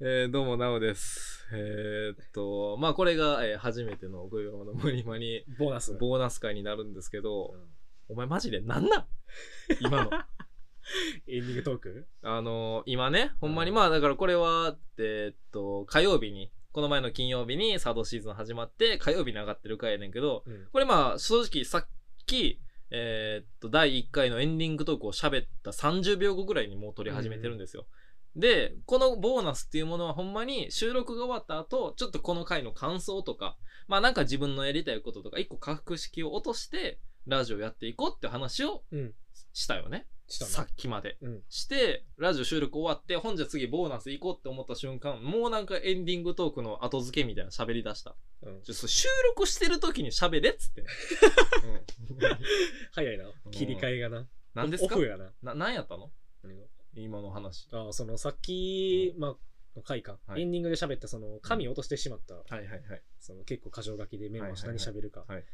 えーどうも、なおです。えーっと、まあ、これが、えー初めての奥山のモニマニボーナス。ボーナス会になるんですけど、お前マジでなんなん今の。エンディングトークあの今ね、ほんまに、うんまあ、だからこれは、えーっと、火曜日に、この前の金曜日にサードシーズン始まって、火曜日に上がってる回やねんけど、うん。これまあ、正直さっき、えーっと、第1回のエンディングトークを喋った30秒後ぐらいにもう撮り始めてるんですよ。で、このボーナスっていうものはほんまに収録が終わった後、ちょっとこの回の感想とか、まあなんか自分のやりたいこととか、一個格式を落として、ラジオやっていこうって話をうんしたよね。したさっな。きまで。うん。して、ラジオ収録終わって、本じゃ次ボーナス行こうって思った瞬間、もうなんかエンディングトークの後付けみたいな喋り出した。うんちょそう収録してる時に喋れっつって。 早いな。切り替えがな。何ですかオフがな。な、何やったの何が今の話。ああ、そのさっき、まあ、回か、はいエンディングで喋った、その、紙落としてしまった、はいはいはい。その結構箇条書きでメモしてはい何はいはい喋るか、はい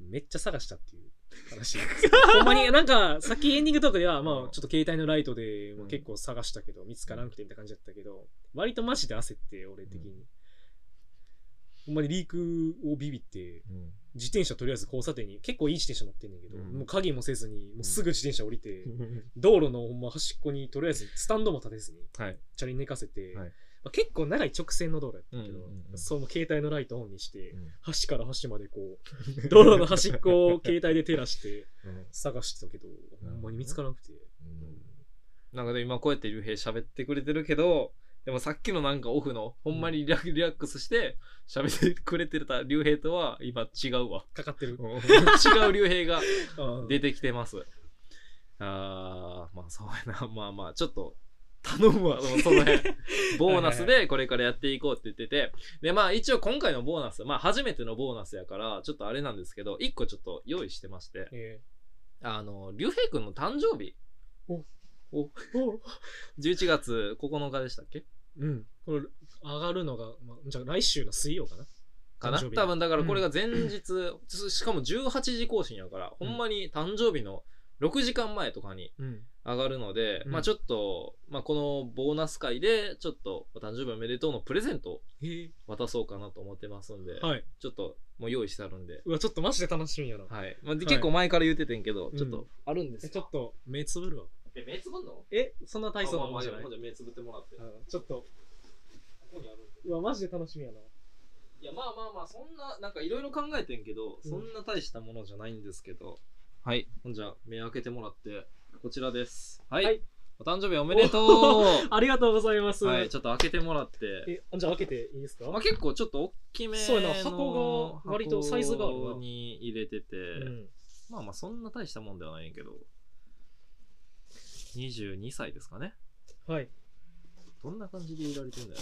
めっちゃ探したっていう 話。ほんまに、なんか、さっきエンディングトークでは、まあ、ちょっと携帯のライトでも結構探したけど、見つからなくてみたいな感じだったけど、割とマジで焦って、俺的に。ほんまにリークをビビって、うん自転車とりあえず交差点に、結構いい自転車乗ってんねんけど、うんもう鍵もせずに、もうすぐ自転車降りて、道路のほんま端っこにとりあえずスタンドも立てずにはい。チャリ寝かせて、はいまあ、結構長い直線の道路やったけど、うんうんうんその携帯のライトオンにして、うん端から端までこう道路の端っこを携帯で照らしてうん探してたけどほどほんまに見つからなくてなんかで今こうやって竜兵喋ってくれてるけど、でもさっきのなんかオフの、ほんまにリラリラックスして喋ってくれてた竜兵とは今違うわ。かかってる、 違う竜兵があー出てきてます。あー、まあそうやな。まあまあ、ちょっと頼むわ、でもその 辺。ボーナスでこれからやっていこうって言ってて。で、まあ一応今回のボーナス、まあ初めてのボーナスやから、ちょっとあれなんですけど、一個ちょっと用意してまして、えあの、竜兵くんの誕生日、ーお11月9日でしたっけうんこれ上がるのが、まあ、じゃあ来週の水曜かなかな誕生日多分だからこれが前日、しかも18時更新やから、ほんまに誕生日の6時間前とかにうん上がるので、うんまあちょっと、まあ、このボーナス会でちょっとお誕生日おめでとうのプレゼントをへえ渡そうかなと思ってますんで、はいちょっともう用意してあるんで、うわちょっとマジで楽しみやな、はいまあ、ではい結構前から言っててんけど、うんちょっとあるんでえすちょよっ、と目つぶるわえ目つぶんのえそんな大層あまなもあんまあじじゃゃなあい目つぶってもらってうんちょっとここにあるんでうわマジで楽しみやないやまあまあまあそんななんかいろいろ考えてんけど、うんそんな大したものじゃないんですけどはいほんじゃ目開けてもらってこちらですはい、はいお誕生日おめでとうありがとうございます、はいちょっと開けてもらってえ、じゃあ開けていいですか、まあ、結構ちょっと大きめのそうやな箱が割とサイズがあるな箱に入れてて、うん、まあまあそんな大したもんではないんやけど22歳ですかねはい。どんな感じで入れられてんだよ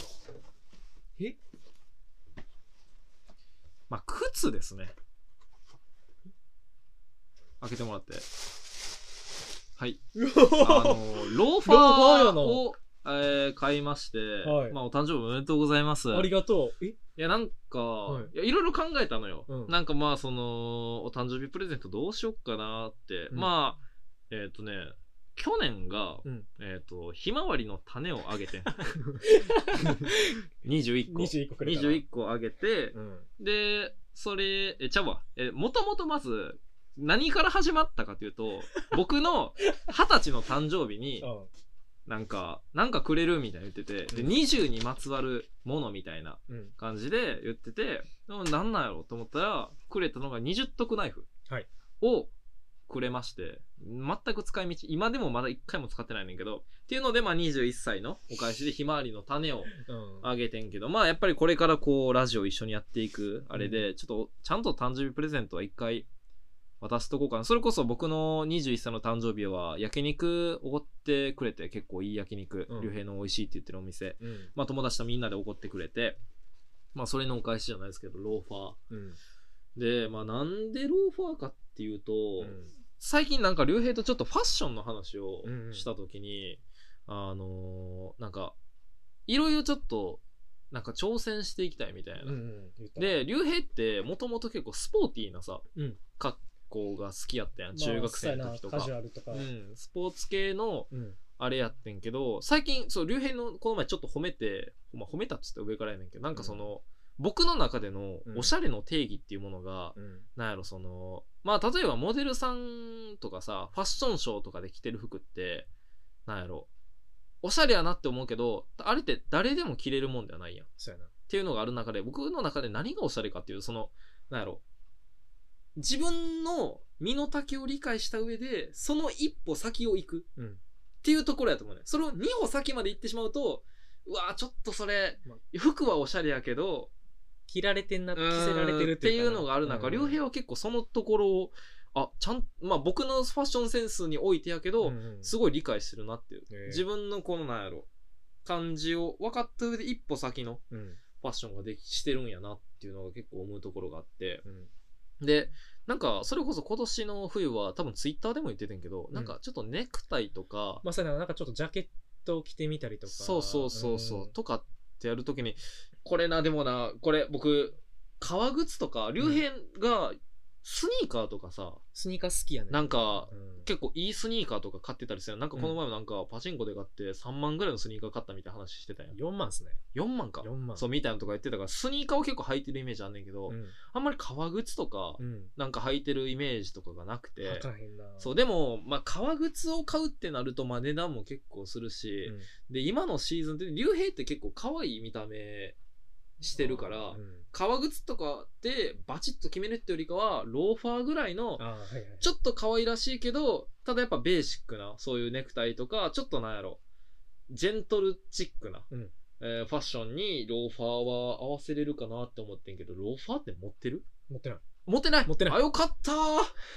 えまあ靴ですね開けてもらって はいあのローファーをえー買いまして、はいまあお誕生日おめでとうございます ありがとう。えいや、なんか、はいい、や、いろいろ考えたのよ。うんなんかまあ、その、お誕生日プレゼントどうしよっかなって。うんまあ、えっ、とね、去年が、うんえっ、と、ひまわりの種をあげ てん。21個。 21個くれたな。 21個あげて、うん。で、それ、え、ちゃうわ。え、もともとまず、何から始まったかという と、僕の二十歳の誕生日に、なんか、なんかくれるみたいな言ってて、で、うん20にまつわるものみたいなうん。うん。感じで言ってて、でもなんなんやろと思ったら、くれたのが20徳ナイフはいをくれまして、全く使い道、今でもまだ1回も使ってないねんけど、っていうので、まあ21歳のお返しでひまわりの種をうん。あげてんけど、まあやっぱりこれからこう、ラジオ一緒にやっていく、あれで、ちょっと、ちゃんと誕生日プレゼントは1回渡しとこうかな。それこそ僕の21歳の誕生日は、焼肉おごってくれて、結構いい焼肉、うん竜兵の美味しいって言ってるお店。うん。まあ、友達とみんなで怒ってくれて、まあ、それのお返しじゃないですけど、ローファうん。ー。で、まあ、なんでローファーかっていうと、最近なんか、竜兵とちょっとファッションの話をうんうんしたときに、あのーなんか、いろいろちょっと、なんか挑戦していきたいみたいな。うん。うん。言った、で、竜兵ってもともと結構スポーティーなさ、うん格好が好きやったやん、中学生の時とまあかそうやなカジ。ュアルとか。うん、スポーツ系のうん。あれやってんけど、最近、そう、竜兵のこの前ちょっと褒めて、まあ、褒めたっつって上からやねんけど、なんかその、僕の中でのうんおしゃれの定義っていうものが、うんなんやろ、その、まあ、例えばモデルさんとかさ、ファッションショーとかで着てる服って、なんやろ、おしゃれやなって思うけど、あれって誰でも着れるもんではないやん。そうやなっていうのがある中で僕の中で何がおしゃれかっていうそのなんやろ自分の身の丈を理解した上でその一歩先を行くうんっていうところやと思うねそれを二歩先まで行ってしまうとうわーちょっとそれまあ服はおしゃれやけど着られてんな着着せせらられれててるるっってていいううかなのがある中うん良平は結構そのところをあちゃんまあ僕のファッションセンスにおいてやけど、うんうんすごい理解してるなっていう、へえ自分のこのなんやろ感じを分かった上で一歩先のうんファッションができしてるんやなっていうのが結構思うところがあってうんでなんかそれこそ今年の冬は多分ツイッターでも言ってたんやけど、んなんかちょっとネクタイとか、まあそうやななんかちょっとジャケットを着てみたりとかそうそうそうそう、んとかってやるときにこれなでもなこれ僕革靴とか竜兵がスニーカーとかさ、スニーカー好きやねなんかうん結構いいスニーカーとか買ってたりするやんなんかこの前もなんかパチンコで買って3万ぐらいのスニーカー買ったみたいな話してたやん4万っすね4万か4万そうみたいなとか言ってたからスニーカーを結構履いてるイメージあんねんけど、うんあんまり革靴とか、うんなんか履いてるイメージとかがなくて、わからへんなそうでも、まあ、革靴を買うってなると、まあ、値段も結構するし、うんで今のシーズンって竜兵って結構可愛い見た目してるから、うん革靴とかでバチッと決めるってよりかはローファーぐらいのああはいはいちょっと可愛らしいけどただやっぱベーシックなそういうネクタイとかちょっとなんやろジェントルチックな、うんえーファッションにローファーは合わせれるかなって思ってんけどローファーって持ってる持ってない持ってない持ってないあ、よかったー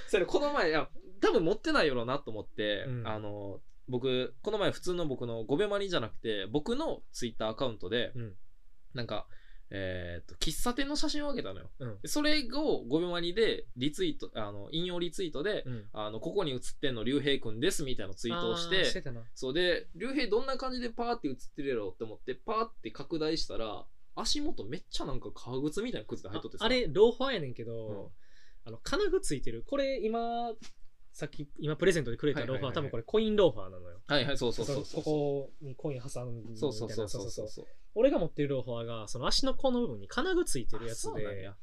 それ、この前、いや、多分持ってないやろなと思って、うんあの、僕、この前普通の僕のゴベマニじゃなくて、僕のツイッターアカウントで、うんなんか、えーっと、喫茶店の写真をあげたのよ。うんそれをゴベマニでリツイート、あの、引用リツイートで、うんあの、ここに写ってんの、竜兵くんです、みたいなツイートをして、あーしてたなそうで、竜兵どんな感じでパーって映ってるやろって思って、パーって拡大したら、足元めっちゃなんか革靴みたいな靴で履いとってああれローファーやねんけど、あの金具ついてるこれ今さっき今プレゼントでくれたロはーファー、いはいはいはい多分これコインローファーなのよはいはい、そうそうそうそう。ここにコイン挟むみたいなそうそうそうそうそうそうそう。俺が持ってるローファーがその足の甲の部分に金具ついてるやつあそうなんでや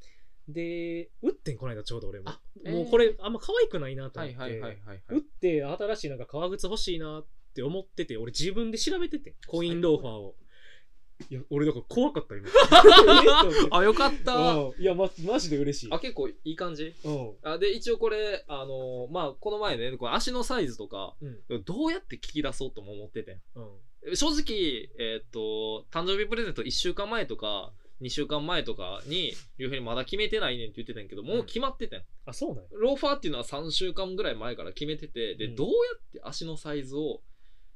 で打ってんこの間ちょうど俺もあえーもうこれあんま可愛くないなとは思っいて、はいはいはいは打っい。て新しいなんか革靴欲しいなって思ってて俺自分で調べててコインローファーをいや俺だから怖かった 今 えっとあ、よかったー。うんいや、ま、マジで嬉しい。あ、結構いい感じうん。あで、一応これ、あのーまあ、この前ね、これ足のサイズとか、うん。どうやって聞き出そうとも思ってて。うん。正直、えーっと、誕生日プレゼント1週間前とか、2週間前とかに、いうふうにまだ決めてないねんって言ってたんやけど、もう決まっててん。あ、そうなんや。ローファーっていうのは3週間ぐらい前から決めてて、で、うんどうやって足のサイズを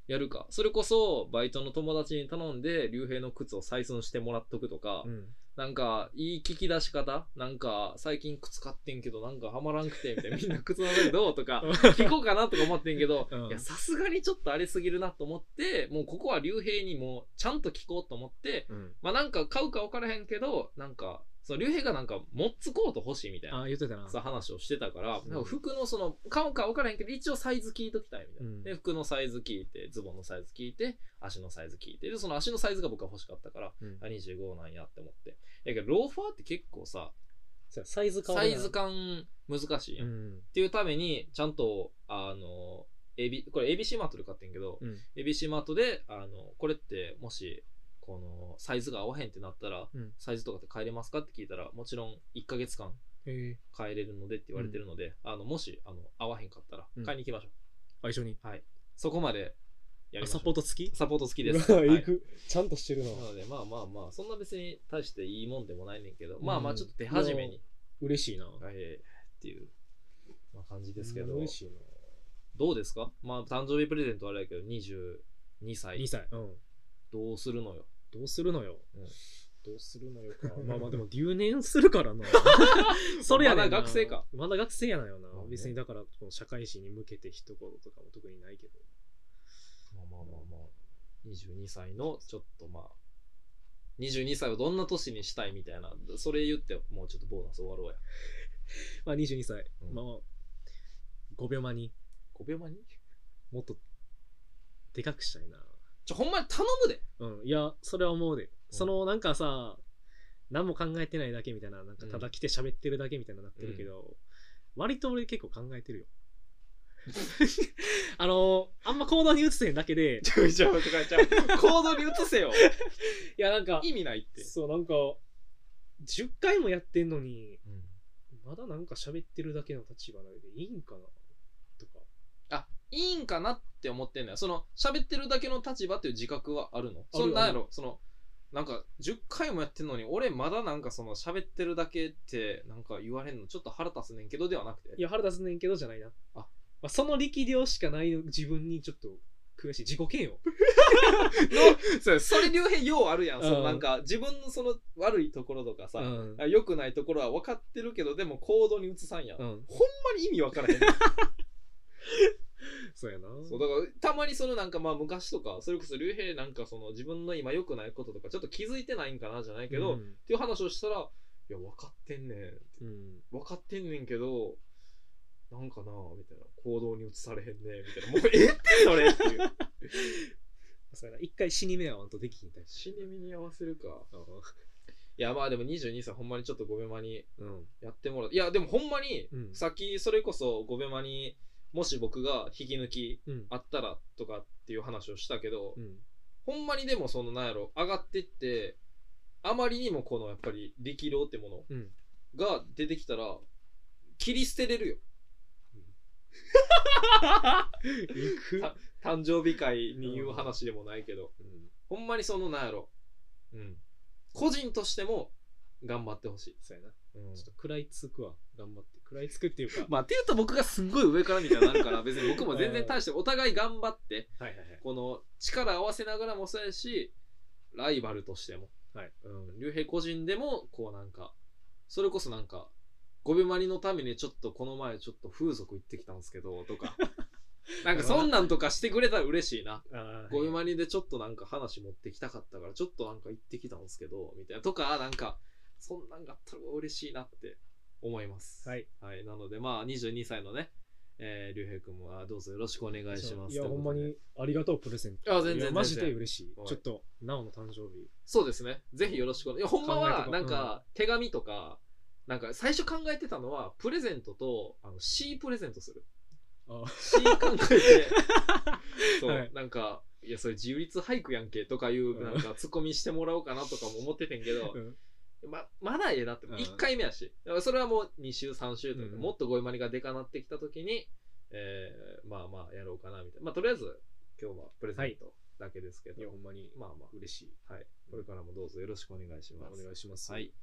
やるか。それこそ、バイトの友達に頼んで、竜兵の靴を採寸してもらっとくとか、ん。なんか、いい聞き出し方なんか、最近靴買ってんけど、なんかハマらんくて、みたいな、みんな靴の上どうとか、聞こうかなとか思ってんけど、うんいや、さすがにちょっとあれすぎるなと思って、もうここは竜兵にも、ちゃんと聞こうと思って、うん。まあなんか買うか分からへんけど、なんか、その竜兵がなんか、モッツコート欲しいみたいな。あ、言ってたな。さ話をしてたから、うんなんか服のその買うか分からへんけど一応サイズ聞いときたいみたいな、うんで服のサイズ聞いてズボンのサイズ聞いて足のサイズ聞いてでその足のサイズが僕は欲しかったからうんあ25なんやって思ってやけどローファーって結構さそうサイズ変わサるなイズ感難しいや、うんっん。ていうためにちゃんとあのエビこれ ABC マートで買ってんけど、うん ABC マートであのこれってもしこのサイズが合わへんってなったら、うんサイズとかって変えれますかって聞いたらもちろん1ヶ月間へえ。変えれるのでって言われてるので、あのもしあの合わへんかったらうん買いに行きましょう、あ、一緒に。はいそこまでやりあましょサうポート付きサポート好き です、うはわい、えぐちゃんとしてるなな。のでまあまあまあそんな別に大していいもんでもないねんけど、うんまあまあちょっと手始めに嬉しいな。はいっていう、まあ、感じですけど嬉しいな。どうですかまあ誕生日プレゼントあれやけど22 2歳歳。うん。どうするのよどうするのよ。うんどうするのよ か。まあまあでも留年するからな。それやねまんなだ学生か。まだ学生やなよなまあ。ね別にだから、この社会人に向けて一言とかも特にないけど。まあまあまあまあ22歳のちょっとまあ22歳をどんな年にしたいみたいなそれ言ってもうちょっとボーナス終わろうやまあ22歳。うんまあ、5秒間に5秒前にもっとでかくしたいな。ちょ、ほんまに頼むで。うん。いや、それは思うで。その、なんかさ、何も考えてないだけみたいな、なんかただ来て喋ってるだけみたいななってるけど、割と俺結構考えて るよ。あの、あんま行動に移せへんだ けで、ちょいちょいちょいちょい。行動に移 せよ。いや、なんか、意味ないって。そう、なんか、10回もやってんのに、まだなんか喋ってるだけの立場なのでいいんかなとか。あ、いいんかなって思ってんのよ。その、喋ってるだけの立場っていう自覚はあるのあるそんなんやろ、その、なんか、10回もやってんのに、俺まだなんかその、喋ってるだけって、なんか言われんの、ちょっと腹立つねんけどではなくて。いや、腹立つねんけどじゃないな。あまあ、その力量しかない自分にちょっと悔しい。自己嫌悪。そうそれ両辺ようあるやん。そうんのなんか、自分のその悪いところとかさ、うんあ良くないところは分かってるけど、でも行動に移さんやん。 うほんん。まに意味分からへん。そうやな。そうだからたまにそのなんかまあ昔とかそれこそ竜兵なんかその自分の今良くないこととかちょっと気づいてないんかなじゃないけど、うっんていう話をしたら「いや分かってんねん」うん。分かってんねんけどなんかなみたいな行動に移されへんねみたいな「もうええってそれ」って いうそうやな。一回死に目合わんとできひんタイプ。死に身に合わせるかいやまあでも22歳ほんまにちょっとごべまにうん。やってもらっていやでもほんまにうんさっきそれこそごべまにもし僕が引き抜きうん。あったらとかっていう話をしたけど、うん。ほんまにでもそのなんやろ上がってってあまりにもこのやっぱり力量ってもうん。のが出てきたら切り捨てれるよ行く。た誕生日会に言う話でもないけど、うん。ほんまにそのなんやろ、うん、個人としても頑張ってほしい、そうやな。うんちょっと食らいつくわ。頑張って。食らいつくっていうか。まあっていうと僕がすんごい上からみたいになるから別に僕も全然大してお互い頑張ってはいはいはい。この力合わせながらもそうやしライバルとしてもはい。うん、竜兵個人でもこうなんかそれこそなんかゴベマリのためにちょっとこの前ちょっと風俗行ってきたんですけどと かなんかそんなんとかしてくれたら嬉しいなあーゴベ はいマリでちょっとなんか話持ってきたかったからちょっとなんか行ってきたんですけどみたいなとかなんかそんなんがあったら嬉しいなって思いますはい、はい、なのでまあ22歳のねえー竜兵君もあどうぞよろしくお願いしますいや、とほうんこまとでにありがとう、プレゼント。あ全然いやマジで全然嬉しいは。いちょっと、なおの誕生日。そうですね。ぜひよろしくお願い。いや、ほんま考えはと、こうなんか、手紙とか、なんか、最初考えてたのは、プレゼントと、あの、C プレゼントする。あ C 考え て、そう、はいなんか、いや、それ自由律俳句やんけ、とかいう、なんか、ツッコミしてもらおうかなとかも思っててんけどう、んま、まだええなって、うん1回目やし。だからそれはもう2週、3週とか、うんもっとゴイマリがでかなってきたときに、えー、まあまあ、やろうかな、みたいな。まあ、とりあえず、今日はプレゼントだけですけいど、や、ほんまにまあまあ、嬉しい。はい。これからもどうぞよろしくお願いします。お願いします。はい。